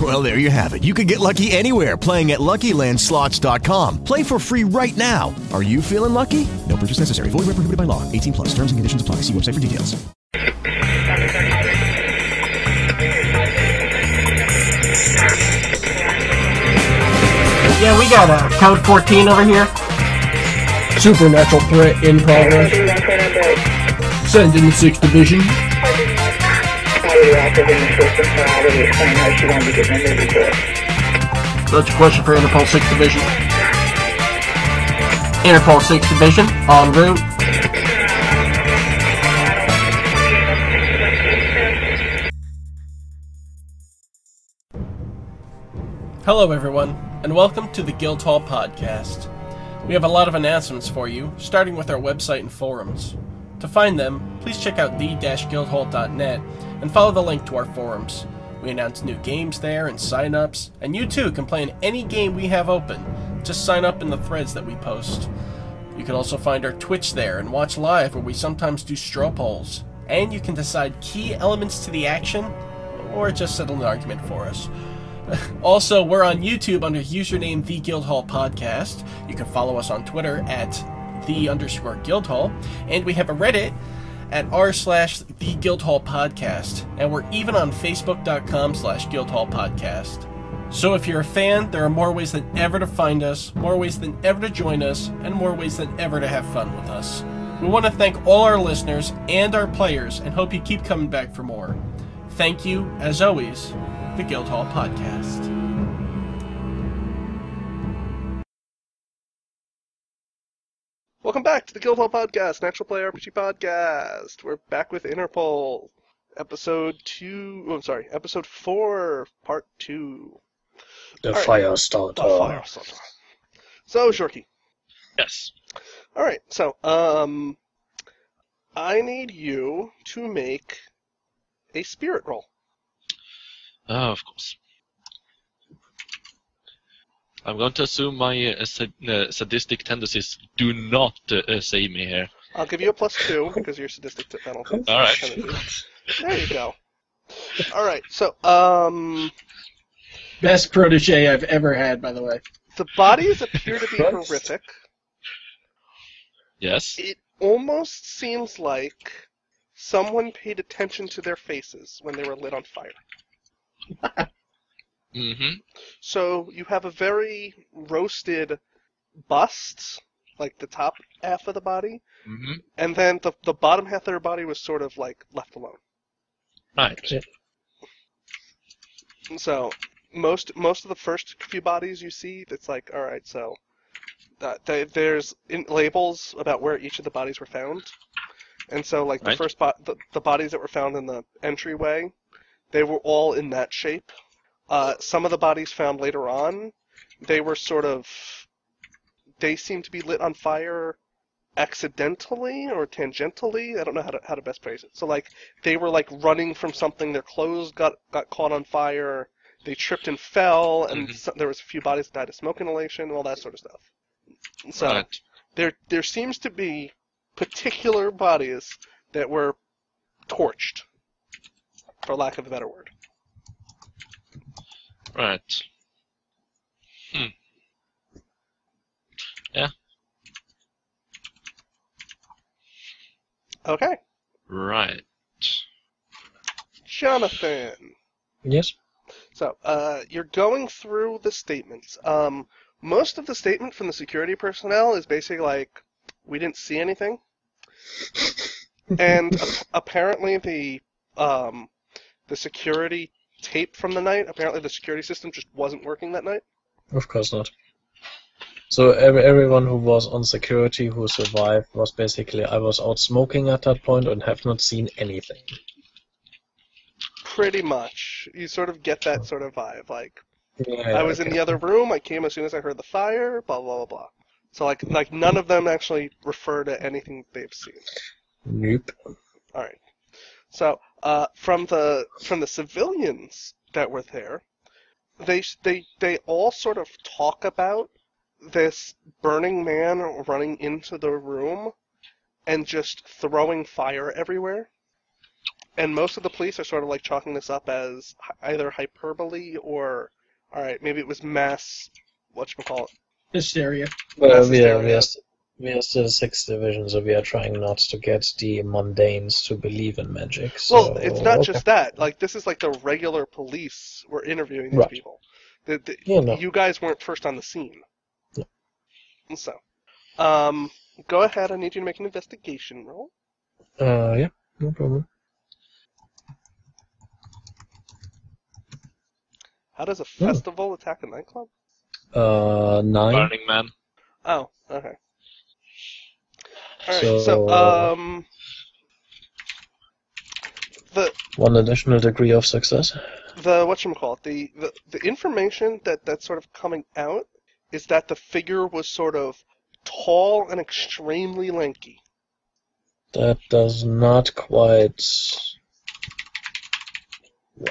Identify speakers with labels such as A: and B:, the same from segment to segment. A: Well, there you have it. You can get lucky anywhere playing at LuckyLandSlots.com. Play for free right now. Are you feeling lucky? No purchase necessary. Void where prohibited by law. 18 plus. Terms and conditions apply. See website for details.
B: Yeah, we got uh, code 14 over here.
C: Supernatural threat in progress. Send in the 6th Division.
B: That's a question for Interpol 6 Division. Interpol 6 Division, en route. Hello, everyone, and welcome to the Guildhall Podcast. We have a lot of announcements for you, starting with our website and forums. To find them, please check out the-guildhall.net and follow the link to our forums. We announce new games there and sign-ups, and you too can play in any game we have open. Just sign up in the threads that we post. You can also find our Twitch there and watch live where we sometimes do straw polls. And you can decide key elements to the action or just settle an argument for us. Also, we're on YouTube under username The Guildhall Podcast. You can follow us on Twitter at The underscore Guildhall. And we have a Reddit at r slash The Guildhall Podcast. And we're even on Facebook.com slash Guildhall Podcast. So if you're a fan, there are more ways than ever to find us, more ways than ever to join us, and more ways than ever to have fun with us. We want to thank all our listeners and our players and hope you keep coming back for more. Thank you, as always, the Guildhall Podcast.
D: Welcome back to the Guildhall Podcast, Natural Play RPG Podcast. We're back with Interpol, episode two. Oh, I'm sorry, episode four, part two.
E: The
D: Alright.
E: fire starter.
D: Oh, fire starter. So, Shorky.
B: Yes.
D: All right. So, um, I need you to make a spirit roll.
F: Ah, of course. I'm going to assume my uh, sad- uh, sadistic tendencies do not uh, uh, save me here.
D: I'll give you a plus two because you're sadistic to penalty.
F: All right.
D: There you go. All right. So, um,
B: Best protege I've ever had, by the way.
D: the bodies appear to be
C: Christ.
D: horrific.
F: Yes.
D: It almost seems like someone paid attention to their faces when they were lit on fire.
F: Mm-hmm.
D: So you have a very roasted bust, like the top half of the body,
F: Mm-hmm.
D: and then the, the bottom half of their body was sort of like left alone.
F: Right.
D: So most most of the first few bodies you see, it's like all right, so uh, th- there's in- labels about where each of the bodies were found, and so like the
F: Right.
D: first bo- the, the bodies that were found in the entryway, they were all in that shape. Uh, some of the bodies found later on, they were sort of they seemed to be lit on fire accidentally or tangentially i don't know how to how to best phrase it so like they were like running from something. Their clothes got got caught on fire. They tripped and fell, and
F: Mhm.
D: so, there was a few bodies that died of smoke inhalation, all that sort of stuff. So
F: Right.
D: there there seems to be particular bodies that were torched, for lack of a better word.
F: Right. Hmm. Yeah.
D: Okay,
F: Right.
D: Jonathan.
E: Yes.
D: So uh, you're going through the statements. Um, most of the statement from the security personnel is basically like, "We didn't see anything," and ap- apparently the um, the security tape from the night. Apparently the security system just wasn't working that night.
E: Of course not. So every, everyone who was on security who survived was basically I was out smoking at that point and have not seen anything.
D: Pretty much, you sort of get that sort of vibe. Like
E: Yeah,
D: I was in
E: okay.
D: the other room. I came as soon as I heard the fire. Blah blah blah blah. So like like none of them actually refer to anything they've seen.
E: Nope.
D: All right. So uh, from the from the civilians that were there, they they they all sort of talk about this Burning Man running into the room and just throwing fire everywhere. And most of the police are sort of like chalking this up as hy- either hyperbole or, all right, maybe it was mass, whatchamacallit,
C: Hysteria.
E: Well,
D: That's
E: we are, we,
D: hysteria.
E: are st- we are still sixth division, so we are trying not to get the mundanes to believe in magic.
D: Well,
E: so-
D: it's not
E: okay.
D: just that. Like this is like the regular police were interviewing these
E: Right.
D: people. The, the,
E: Yeah, no.
D: You guys weren't first on the scene. And So, um, go ahead. I need you to make an investigation roll.
E: Uh, yeah, no problem.
D: How does a
E: Hmm.
D: festival attack a nightclub?
E: Uh, nine.
F: Burning Man.
D: Oh, okay. All right. So,
E: So-
D: um, the
E: One additional degree of success.
D: the whatchamacallit, the, the the information that that's sort of coming out is that the figure was sort of tall and extremely lanky.
E: That does not quite.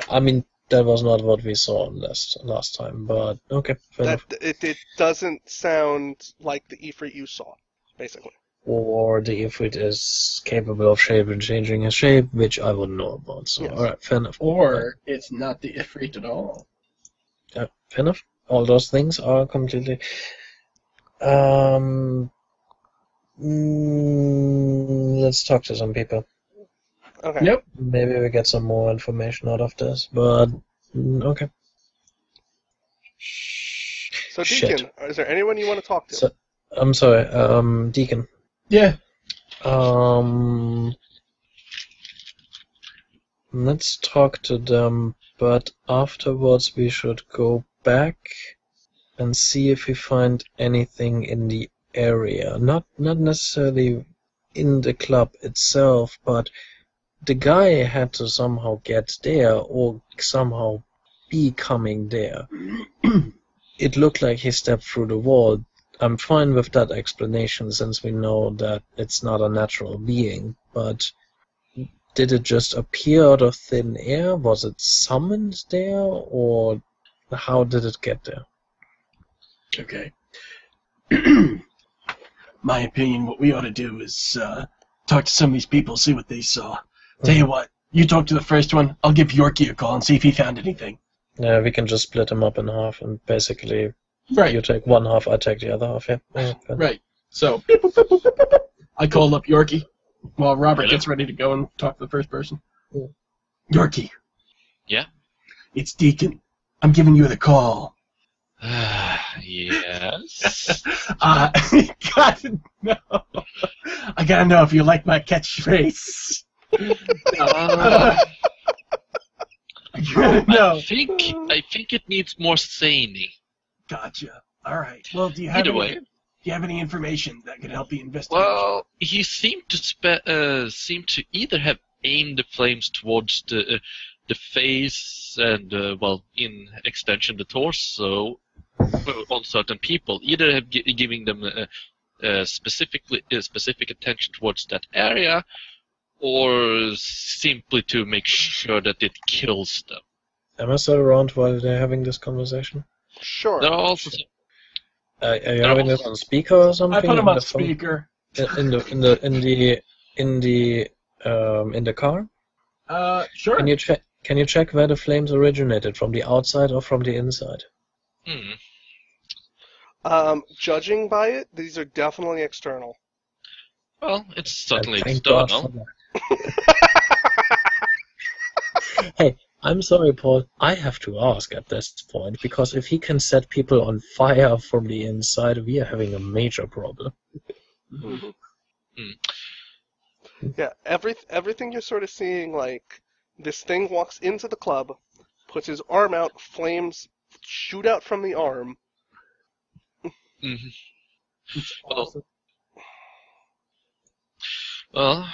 E: I mean, that was not what we saw last last time, but okay, fair
D: That
E: enough.
D: it, it doesn't sound like the Ifrit you saw, basically.
E: Or the Ifrit is capable of shape and changing his shape, which I wouldn't know about. So,
D: Yes.
E: alright, fair enough.
B: Or it's not the Ifrit at all.
E: Yeah, fair enough. All those things are completely. Um, mm, let's talk to some people.
D: Okay.
B: Yep.
E: Maybe we get some more information out of this, but mm, okay.
D: So
E: Shit.
D: Deacon, is there anyone you want to talk to?
E: So- I'm sorry, um, Deacon.
B: Yeah.
E: Um, let's talk to them, but afterwards we should go back and see if we find anything in the area. Not not necessarily in the club itself, but the guy had to somehow get there or somehow be coming there. it looked like he stepped through the wall, I'm fine with that explanation since we know that it's not a natural being, but did it just appear out of thin air? Was it summoned there, or how did it get there?
B: Okay. My opinion, what we ought to do is uh, talk to some of these people, see what they saw. Tell you what, you talk to the first one, I'll give Yorkie a call and see if he found anything.
E: Yeah, we can just split him up in half, and basically
B: Right,
E: you take one half, I take the other half. Yeah. yeah, fair.
B: right. So, beep, boop, boop, boop, boop, boop, boop. I call up Yorkie while Robert gets ready to go and talk to the first person.
E: Yeah.
B: Yorkie,
F: Yeah.
B: it's Deacon. I'm giving you the call.
F: yes.
B: Uh, gotta know. I gotta know if you like my catchphrase.
F: Uh,
B: I gotta know.
F: I think I think it needs more saying.
B: Gotcha. All right. Well, do you have
F: Either
B: any,
F: way.
B: do you have any information that could help the investigation?
F: Well, he seemed to spe- uh, seemed to either have aimed the flames towards the uh, the face and uh, well, in extension the torso uh, on certain people, either have gi- giving them uh, uh, specifically uh, specific attention towards that area, or simply to make sure that it kills them.
E: Am I still around while they're having this conversation?
D: sure.
F: There are also
E: Uh, are you having this on speaker or something?
B: I put him
E: in
B: on
E: the phone-
B: speaker.
E: In the in the in the in the um, in the car.
B: Uh, sure.
E: Can you check? Can you check where the flames originated from the outside or from the inside?
F: hmm,
D: Um, judging by it, these are definitely external.
F: well, it's certainly
E: And thank God
F: external.
E: for that. hey, I'm sorry, Paul. I have to ask at this point because if he can set people on fire from the inside, we are having a major problem.
D: Yeah, every everything you're sort of seeing, like this thing walks into the club, puts his arm out, flames shoot out from the arm.
F: Mhm. Well, well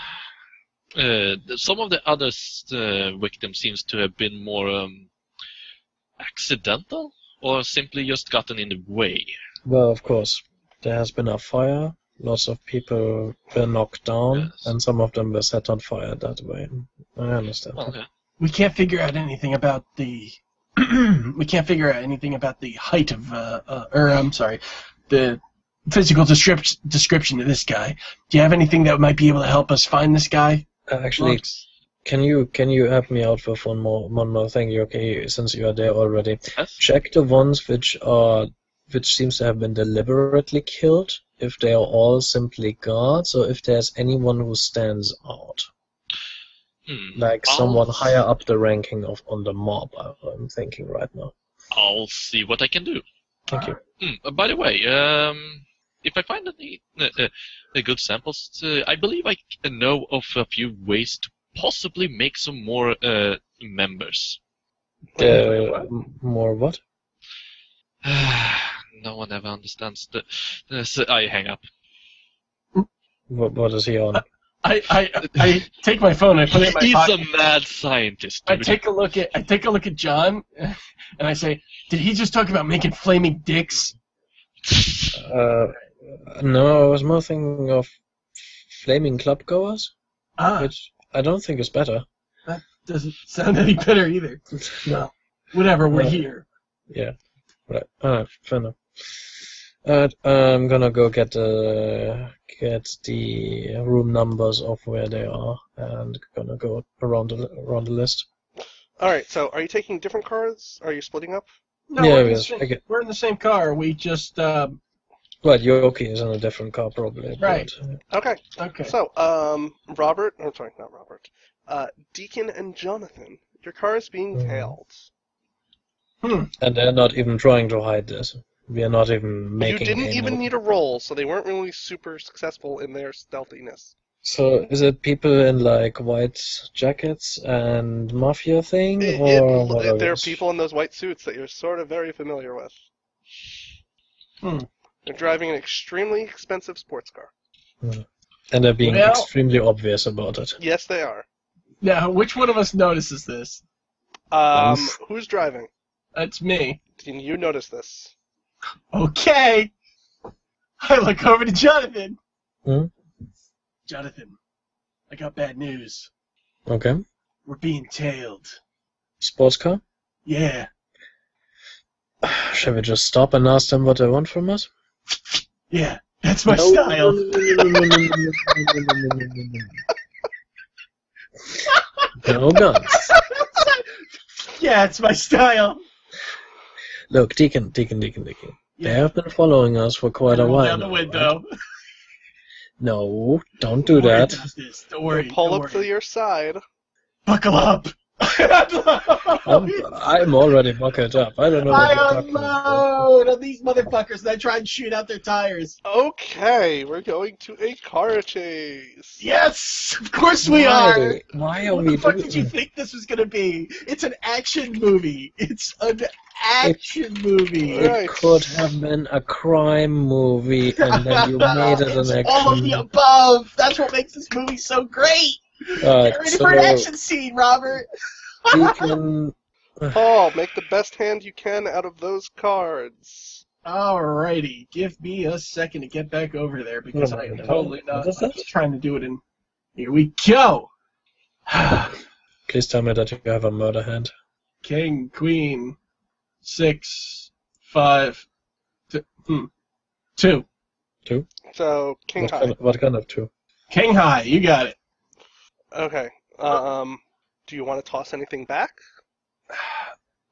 F: uh, th- some of the other s- uh, victims seems to have been more um, accidental or simply just gotten in the way.
E: Well, of course, there has been a fire. Lots of people were knocked down,
F: Yes.
E: and some of them were set on fire that way. I understand.
F: Well, yeah.
B: We can't figure out anything about the. we can't figure out anything about the height of, uh, uh, or I'm sorry, the physical descrip- description of this guy. Do you have anything that might be able to help us find this guy?
E: Uh, actually, can you can you help me out with one more one more thing? You okay? Since you are there already,
F: Yes.
E: check the ones which are which seems to have been deliberately killed. If they are all simply guards, or if there's anyone who stands out,
F: Hmm.
E: like
F: I'll-
E: someone higher up the ranking of on the mob, I- I'm thinking right now.
F: I'll see what I can do.
E: Thank you.
F: Hmm, uh, by the way, um, if I find any uh, uh, uh, good samples, uh, I believe I c- know of a few ways to possibly make some more uh, members.
E: Uh, m- more what?
F: no one ever understands the. the- so I hang up.
E: What, what is he on?
B: I, I, I take my phone, I put it in my
F: He's
B: pocket.
F: a mad scientist.
B: I
F: dude.
B: take a look at I take a look at John, and I say, "Did he just talk about making flaming dicks?"
E: Uh, no, I was more thinking of flaming club goers,
B: Ah,
E: which I don't think is better.
B: doesn't sound any better either. No, whatever. We're
E: Right.
B: here.
E: Yeah. Right. Alright, fair enough. Alright, I'm gonna go get the get the room numbers of where they are and gonna go around the around the list.
D: All right. So, are you taking different cards? Are you splitting up?
B: No,
E: Yeah,
B: we're, in the
E: yes,
B: same,
E: I get-
B: we're in the same car. We just um,
E: Well, Yoki is in a different car probably. but- uh,
B: Right.
D: Okay.
B: okay.
D: So, um, Robert. I'm sorry, not Robert. Uh, Deacon and Jonathan. Your car is being
B: Mm.
E: Mhm.
D: tailed.
E: And they're not even trying to hide this. We are not even
D: You
E: making
D: didn't
E: a
D: even
E: move.
D: need a roll, so they weren't really super successful in their stealthiness.
E: So is it people in like white jackets and mafia thing
D: It-
E: or
D: it-
E: what
D: there
E: are
D: are
E: these?
D: people in those white suits that you're sort of very familiar with.
B: Hmm.
D: They're driving an extremely expensive sports car.
E: and they're being
B: Well-
E: extremely obvious about it.
D: Yes, they are.
B: now, which one of us notices this?
D: Um,
E: Oof.
D: who's driving?
B: That's me.
D: Did you notice this?
B: Okay. I look over to Jonathan.
E: Hmm?
B: Jonathan, I got bad news.
E: Okay.
B: We're being tailed.
E: Sports car?
B: Yeah.
E: Shall we just stop and ask them what they want from us?
B: Yeah, that's my
E: No,
B: style.
E: No guns.
B: yeah, it's my style.
E: Look, Deacon, Deacon, Deacon, Deacon. They
B: Yeah.
E: have been following us for quite a
B: Roll
E: while.
B: down the
E: now, right?
B: window.
E: No, don't do
B: Don't worry
E: that.
B: about this. Don't worry.
D: Pull
B: don't
D: up
B: worry.
D: to your side.
B: Buckle up.
E: I'm, I'm already buckled up. I don't know what you're
B: I
E: talking about.
B: unload on these motherfuckers and I try and shoot out their tires.
D: Okay, we're going to a car chase.
B: Yes, of course we are.
E: Why? Why are
B: what
E: we
B: the fuck
E: doing
B: did you think this was gonna be? It's an action movie. It's an action movie.
D: Yeah.
E: It could have been a crime movie, and then you made it
B: It's
E: an
B: all of the
E: action.
B: above. That's what makes this movie so great.
E: Uh,
B: Get ready for an
E: so
B: action scene, Robert.
E: Deacon,
D: Paul, make the best hand you can out of those cards.
B: Alrighty, give me a second to get back over there because I am totally not.
E: Oh What is
B: I'm
E: that?
B: just trying to do it in. Here we go.
E: please tell me that you have a murder hand.
B: King, Queen, six, five, t- hmm, two.
E: Two.
D: So, King
E: What
D: High.
E: kind, of, what kind of two?
B: King High, you got it.
D: Okay. Um, do you want to toss anything back?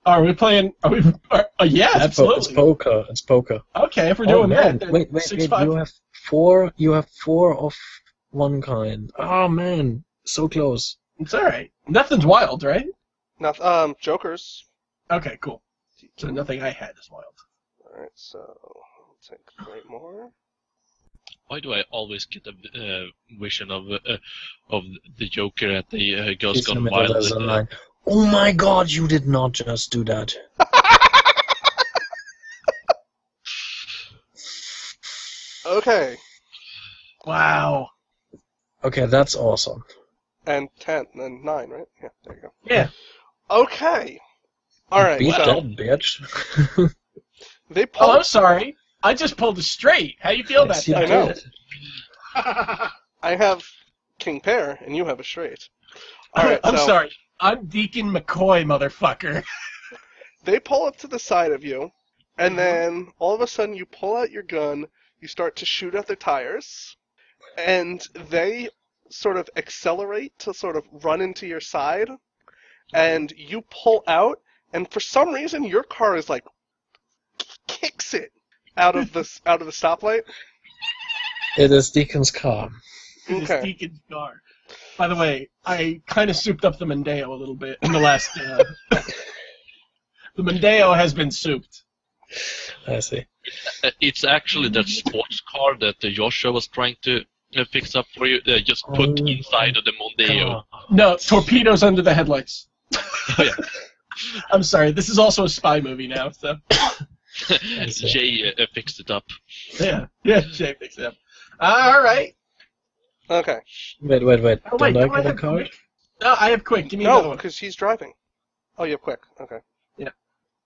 B: Are we playing? Are we? Are, uh, yeah,
E: It's po- it's
B: absolutely.
E: poker. It's poker.
B: okay, if we're
E: Oh,
B: doing
E: man.
B: that, then
E: Wait, wait,
B: six,
E: wait.
B: five.
E: You have four. You have four of one kind. Oh man, so close.
B: It's all right. Nothing's wild, right?
D: Noth- um, Jokers.
B: Okay, cool. So nothing I had is wild.
D: Alright, so I'll take three more.
F: Why do I always get a uh, vision of uh, of the Joker at the uh, Girls
E: Please
F: Gone
E: limit it
F: Wild?
E: as a
F: uh,
E: line. Oh my God! You did not just do that.
D: Okay,
B: Wow.
E: Okay, that's awesome.
D: and ten, and nine, right? Yeah, there you go.
B: Yeah.
D: Okay. Alright,
E: Beat
D: so
E: that bitch.
D: they pull.
B: Oh, I'm sorry. I just pulled it straight. How you feel about
E: Yes, you
B: that?
D: I know.
E: did.
D: I have King Pair, and you have a straight. All right,
B: I'm
D: so-
B: sorry. I'm Deacon McCoy, motherfucker.
D: They pull up to the side of you, and then all of a sudden you pull out your gun, you start to shoot at their tires, and they sort of accelerate to sort of run into your side, and you pull out, and for some reason your car is like kicks it out of the out of the stoplight.
E: It is Deacon's car.
B: It is
D: Okay.
B: Deacon's car. By the way, I kind of souped up the Mondeo a little bit in the last. Uh, the Mondeo has been souped.
E: I see.
F: Uh, it's actually that sports car that uh, Joshua was trying to uh, fix up for you. Uh, just put
E: Oh.
F: inside of the Mondeo.
B: No, torpedoes under the headlights.
D: Oh,
F: Yeah.
B: I'm sorry. This is also a spy movie now. So
F: Jay uh, fixed it up.
B: yeah, yeah, Jay fixed it up. All right.
D: Okay.
E: Wait, wait, wait.
B: Oh, wait,
E: Don't I
B: do I
E: get a
B: have
E: card?
B: quick? No, I have quick. Give me another
D: No,
B: one.
D: because he's driving. Oh, you have quick. Okay.
B: Yeah.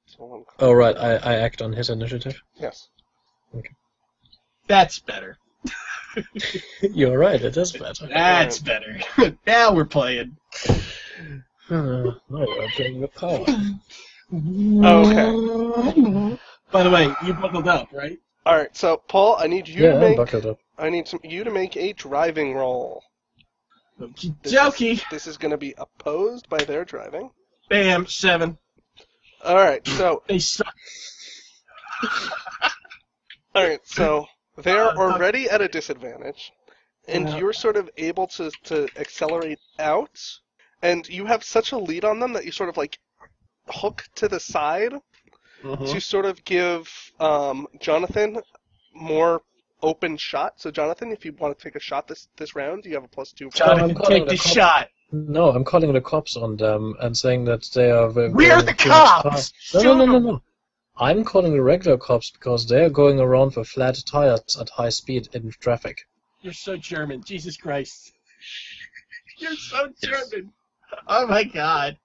D: So one car.
E: Oh, right. I, I act on his initiative.
D: Yes.
B: That's better.
E: You're right. It is better.
B: That's better. now we're playing.
E: Hmm, no, I'm playing with power.
D: Oh, Okay.
B: By the way, you buckled up, right?
D: All right. So Paul, I need you
E: Yeah,
D: to
E: I'm
D: make.
E: buckled up.
D: I need some, you to make a driving roll.
B: Okie
D: This
B: dokie.
D: Is, this is going to be opposed by their driving.
B: Bam, seven.
D: All right, so
B: They suck.
D: all right, so they are
B: Uh, fuck.
D: already at a disadvantage, and
B: Yeah.
D: you're sort of able to to accelerate out, and you have such a lead on them that you sort of like hook to the side
B: Mm-hmm.
D: to sort of give um, Jonathan more open shot. So Jonathan, if you want to take a shot this this round, you have a plus two.
B: Jonathan,
E: I'm calling
B: take
E: the
B: Oh, the
E: cops.
B: shot.
E: No, I'm calling the cops on them and saying that they are. We're
B: We're the cops!
E: No, no, no, no, no. I'm calling the regular cops because they're going around with flat tires at high speed in traffic.
B: You're so German. Jesus Christ. You're so German. Oh my god.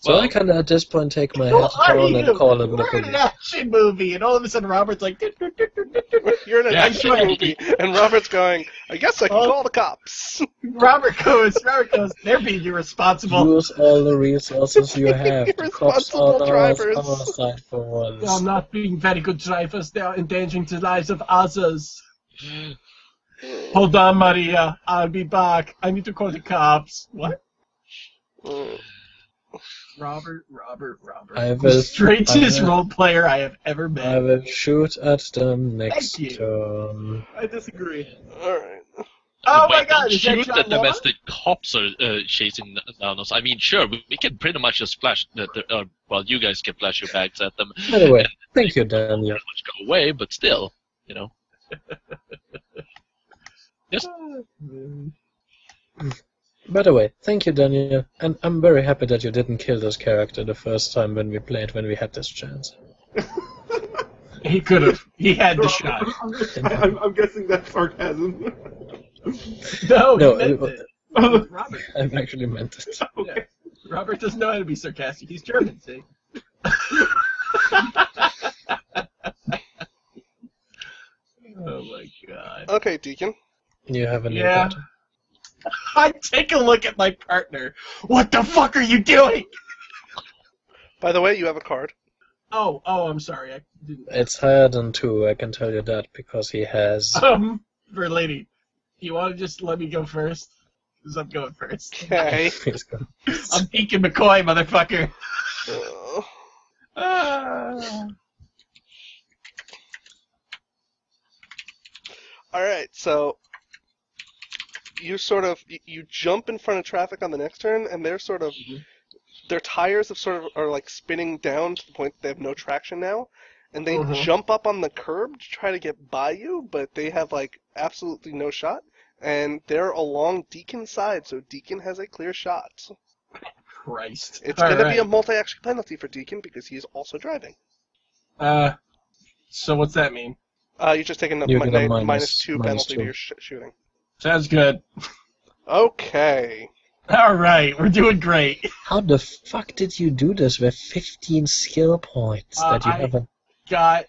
E: So
F: Well-
E: I can at this point take my
B: Who
E: head
B: are
E: down
B: you?
E: and call them the
B: We're in an
E: police.
B: action movie, and all of a sudden Robert's like, "Dip, dip, dip, dip, dip, dip."
D: You're in an
F: Yeah.
D: action movie, and Robert's going. I guess I can
B: Oh.
D: call the cops.
B: Robert goes, Robert goes, they're being irresponsible.
E: Use all the resources you have. The cops
D: Irresponsible
E: are on our-
D: drivers.
E: our side for once.
B: They are not being very good drivers. They are endangering the lives of others. Hold on, Maria. I'll be back. I need to call the cops. What?
D: Mm.
B: Robert, Robert, Robert.
E: I
B: the
E: will-
B: straightest
E: I will-
B: role player I have ever
E: I
B: met.
E: will shoot at them next
B: Thank you.
E: turn.
B: I disagree.
D: All right.
B: Oh
F: Wait,
B: my god,
F: don't
B: is that
F: shoot
B: John
F: at them
B: Wall?
F: as the cops are uh, chasing down us. I mean, sure, we, we can pretty much just flash. The, the, uh, well, you guys can flash your bags at them.
E: By the way,
F: and
E: thank you, Daniel.
F: pretty much go away, but still, you know. yes.
E: By the way, thank you, Daniel. And I'm very happy that you didn't kill this character the first time when we played, when we had this chance.
B: He could have. He had the shot.
G: I'm, I'm guessing that's sarcasm.
B: No,
E: No,
B: he meant
E: it-
B: it. It was Robert.
E: I actually meant it.
B: Yeah. Robert doesn't know how to be sarcastic. He's German, see? oh my god.
D: Okay, Deacon.
E: You have a new
B: Yeah.
E: button.
B: I take a look at my partner. What the fuck are you doing?
D: By the way, you have a card.
B: Oh, oh, I'm sorry. I didn't.
E: It's higher than two, I can tell you that, because he has.
B: Um, for lady, you want to just let me go first? Because I'm going first.
D: Okay.
E: He's got-
B: I'm Deacon McCoy, motherfucker.
D: Uh,
B: Ah.
D: all right, so you sort of y- you jump in front of traffic on the next turn, and they're sort of
B: Mm-hmm.
D: their tires have sort of are like spinning down to the point that they have no traction now, and they
B: Mhm.
D: jump up on the curb to try to get by you, but they have like absolutely no shot, and they're along Deacon's side, so Deacon has a clear shot.
B: Christ.
D: It's
B: All
D: gonna
B: right.
D: be a multi-action penalty for Deacon because he is also driving.
B: Uh, so what's that mean?
D: Uh, you just take another
E: You
D: mi-
E: get a
D: ni-
E: minus-
D: minus two
E: minus
D: penalty to
E: two.
D: your sh- shooting.
B: Sounds good.
D: Okay.
B: All right, we're doing great.
E: How the fuck did you do this with 15 skill points
B: Uh,
E: that you
B: I-
E: haven't.
B: Got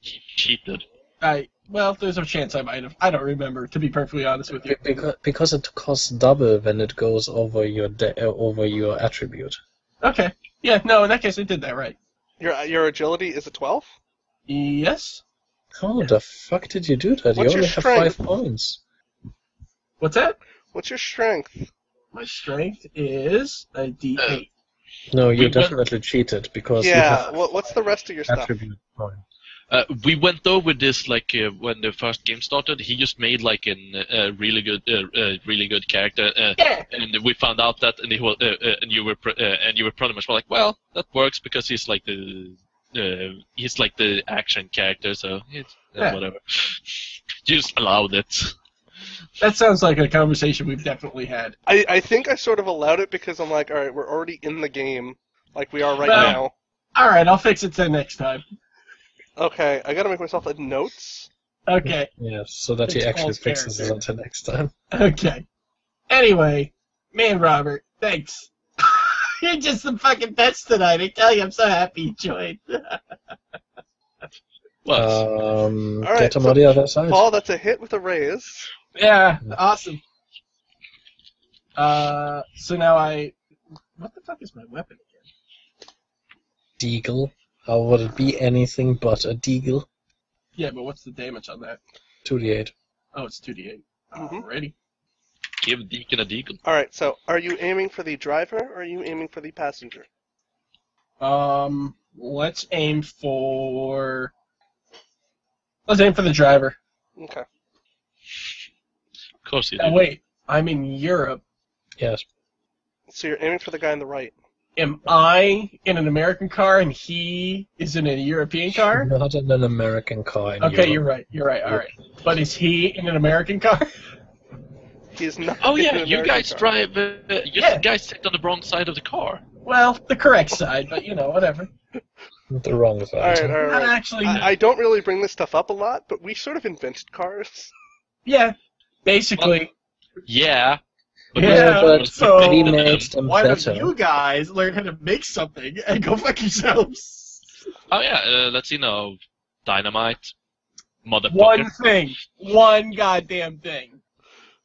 F: He cheated.
B: I Well, there's a chance I might have. I don't remember, to be perfectly honest with you.
E: Because, because it costs double when it goes over your de- uh, over your attribute.
B: Okay. Yeah, no, in that case, I did that right.
D: Your uh, your agility is a twelve.
B: Yes?
E: How the fuck did you do that?
D: What's
E: you
D: your
E: only have
D: strength?
E: five points.
B: What's that?
D: What's your strength?
B: My strength is a D8.
E: No, you
F: We went-
E: definitely cheated because
D: Yeah. What, what's the rest of your
E: you have
D: stuff?
E: attribute point.
F: Uh, we went over this like uh, when the first game started. He just made like an uh, really good, uh, uh, really good character, uh,
B: Yeah.
F: and we found out that, and he was, uh, uh, and you were, pr- uh, and you were pretty much like, well, that works because he's like the, uh, he's like the action character, so it's, uh,
B: Yeah.
F: whatever. just allowed it.
B: That sounds like a conversation we've definitely had.
D: I, I think I sort of allowed it because I'm like, all right, we're already in the game, like we are right
B: Well-
D: now.
B: All right, I'll fix it then next time.
D: Okay, I gotta make myself a notes.
B: Okay,
E: Yeah, so that he
B: It's
E: actually
B: false
E: fixes it
B: character.
E: until next time.
B: okay. Anyway, man, Robert, thanks. You're just the fucking best tonight. I tell you, I'm so happy you joined.
F: Well,
E: Um,
D: All right,
E: get him
D: so
E: on the other side.
D: Paul, that's a hit with a raise.
B: yeah, awesome. Uh, so now I. What the fuck is my weapon again?
E: Deagle. How would it be anything but a deagle?
B: Yeah, but what's the damage on that?
E: 2d8.
B: Oh, it's 2d8.
D: Mhm.
B: Alrighty.
F: give Deacon a Deacon.
D: All right, so are you aiming for the driver or are you aiming for the passenger?
B: Um, let's aim for. Let's aim for the driver.
D: Okay.
F: Of course he
B: Oh,
F: did.
B: wait, I'm in Europe.
E: Yes.
D: So you're aiming for the guy on the right.
B: Am I in an American car and he is in a European car?
E: Not in an American car. In
B: Okay,
E: Europe.
B: you're right. You're right. All right. But is he in an American car?
D: He is not.
F: Oh
D: in
F: yeah,
D: an
F: you
D: American
F: guys
D: car.
F: drive. Uh, you
B: Yeah.
F: guys sit on the wrong side of the car.
B: Well, the correct side, but you know, whatever.
E: The wrong
D: All
E: side.
D: right, all right.
B: Not
D: all right.
B: actually.
D: I, I don't really bring this stuff up a lot, but we sort of invented cars.
B: yeah. Basically,
F: Yeah.
B: Yeah,
E: but
B: so-
E: we made them
B: why
E: better.
B: don't you guys learn how to make something and go fuck yourselves?
F: Oh yeah. Uh, let's see now. Dynamite. Motherfucker.
B: One thing. One goddamn thing.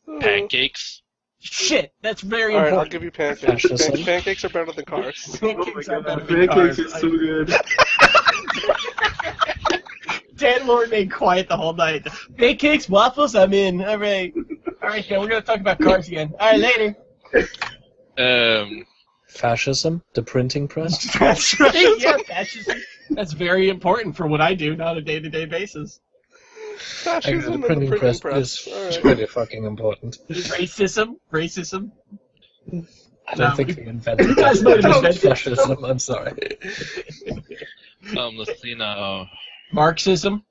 F: Pancakes.
B: Shit, that's very
D: All right, I'll
B: important.
D: give you pancakes.
E: Fascism.
D: Pan- pancakes are better than cars.
B: Pancakes are better than
G: Oh Pancakes
B: cars.
G: is so good.
B: Dan Lord made quiet the whole night. Pancakes, waffles, I'm in. All right. All right, then we're going to talk about cars again. All right, later.
F: Um.
E: Fascism? The printing press?
B: That's right. Yeah, that's, just, that's very important for what I do, not a day to day basis.
E: Actually,
D: Fascism
E: the
D: and
E: printing press,
D: All
E: is
D: right.
E: pretty fucking important.
B: Racism, racism. No,
E: I don't think we invented
B: You guys might have invented it.
E: fascism. I'm sorry.
F: Um. Let's see now.
B: Marxism.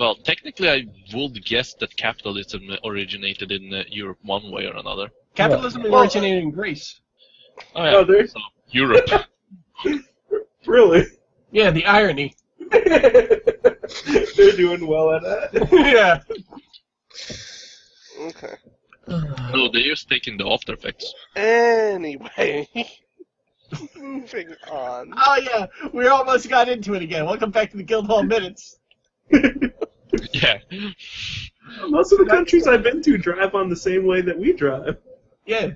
F: Well, technically, I would guess that capitalism originated in uh, Europe one way or another.
B: Capitalism
D: Well-
B: originated in Greece.
F: Oh yeah.
G: Oh, there-
F: so, Europe.
G: Really?
B: Yeah, the irony.
G: They're doing well at that.
B: yeah.
D: Okay.
F: no, they're just taking the after effects.
D: Anyway, moving on.
B: Oh, yeah. We almost got into it again. Welcome back to the Guildhall Minutes.
F: Yeah.
G: Most of the countries I've been to drive on the same way that we drive.
B: Yeah.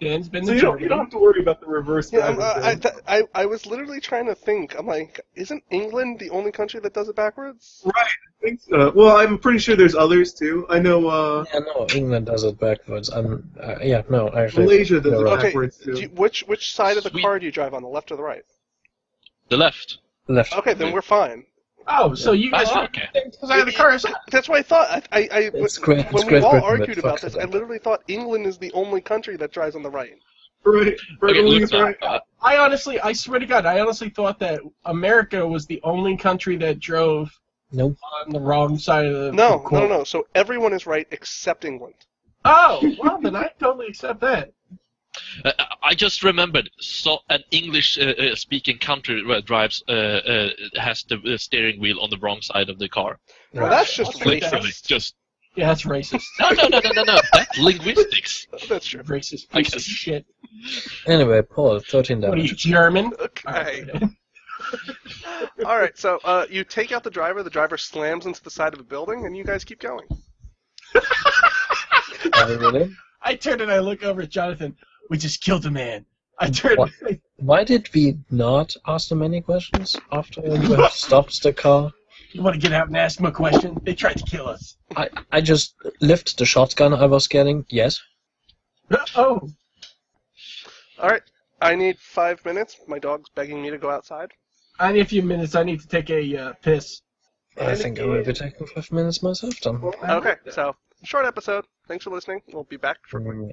B: Dan's been
G: So
B: the
G: you don't, you don't have to worry about the reverse
D: Yeah, I'm,
G: driving
D: uh, I,
G: thing.
D: th- I I was literally trying to think. I'm like, isn't England the only country that does it backwards?
G: Right. I think so. Well, I'm pretty sure there's others too. I know uh,
E: Yeah, no, England does it backwards. I'm, uh, yeah, no, actually.
G: Malaysia does
E: you're
G: it
E: right.
D: Okay.
G: backwards
D: Do you-
G: too.
D: which which side of the
F: Sweet.
D: car do you drive on, the left or the right?
F: The left.
E: Left.
D: Okay, then we're fine.
B: Oh, so you guys
F: Oh,
B: are
F: okay.
B: side of the car. so-
D: That's what I thought. I, I, I
E: It's great- it's
D: when we
E: Great
D: all
E: Britain that
D: argued about
E: fucks
D: this,
E: it
D: I
E: up.
D: literally thought England is the only country that drives on the right.
G: Right.
F: Okay,
G: Burglaries,
F: look,
G: right.
F: uh,
B: I honestly, I swear to God, I honestly thought that America was the only country that drove
E: Nope.
B: on the wrong side of the
D: No,
B: quote.
D: no, no. So everyone is right except England.
B: Oh, well then I totally accept that.
F: Uh, I just remembered. So an English-speaking country where drives uh, uh, has the uh, steering wheel on the wrong side of the car.
D: Well, that's just
B: That's like
F: Literally,
D: racist.
F: just
B: Yeah, that's racist.
F: no, no, no, no, no, no. That's linguistics.
D: That's true.
B: racist
F: I
B: piece of
F: guess.
B: shit.
E: Anyway, Paul, 13
B: What are you
E: damage.
B: German?
D: Okay.
B: Alright.
D: All right, so uh, you take out the driver. The driver slams into the side of a building, and you guys keep going.
B: I turn and I look over at Jonathan. We just killed a man. I turn.
E: What? Why did we not ask them any questions after we have stopped the car?
B: You want to get out and ask him a question? They tried to kill us.
E: I, I just lift the shotgun I was getting. Yes.
B: oh,
D: All right, I need five minutes. My dog's begging me to go outside.
B: I need a few minutes. I need to take a uh, piss.
E: I think I will be taking five minutes myself then.
D: Okay, so short episode. Thanks for listening. We'll be back
E: Right.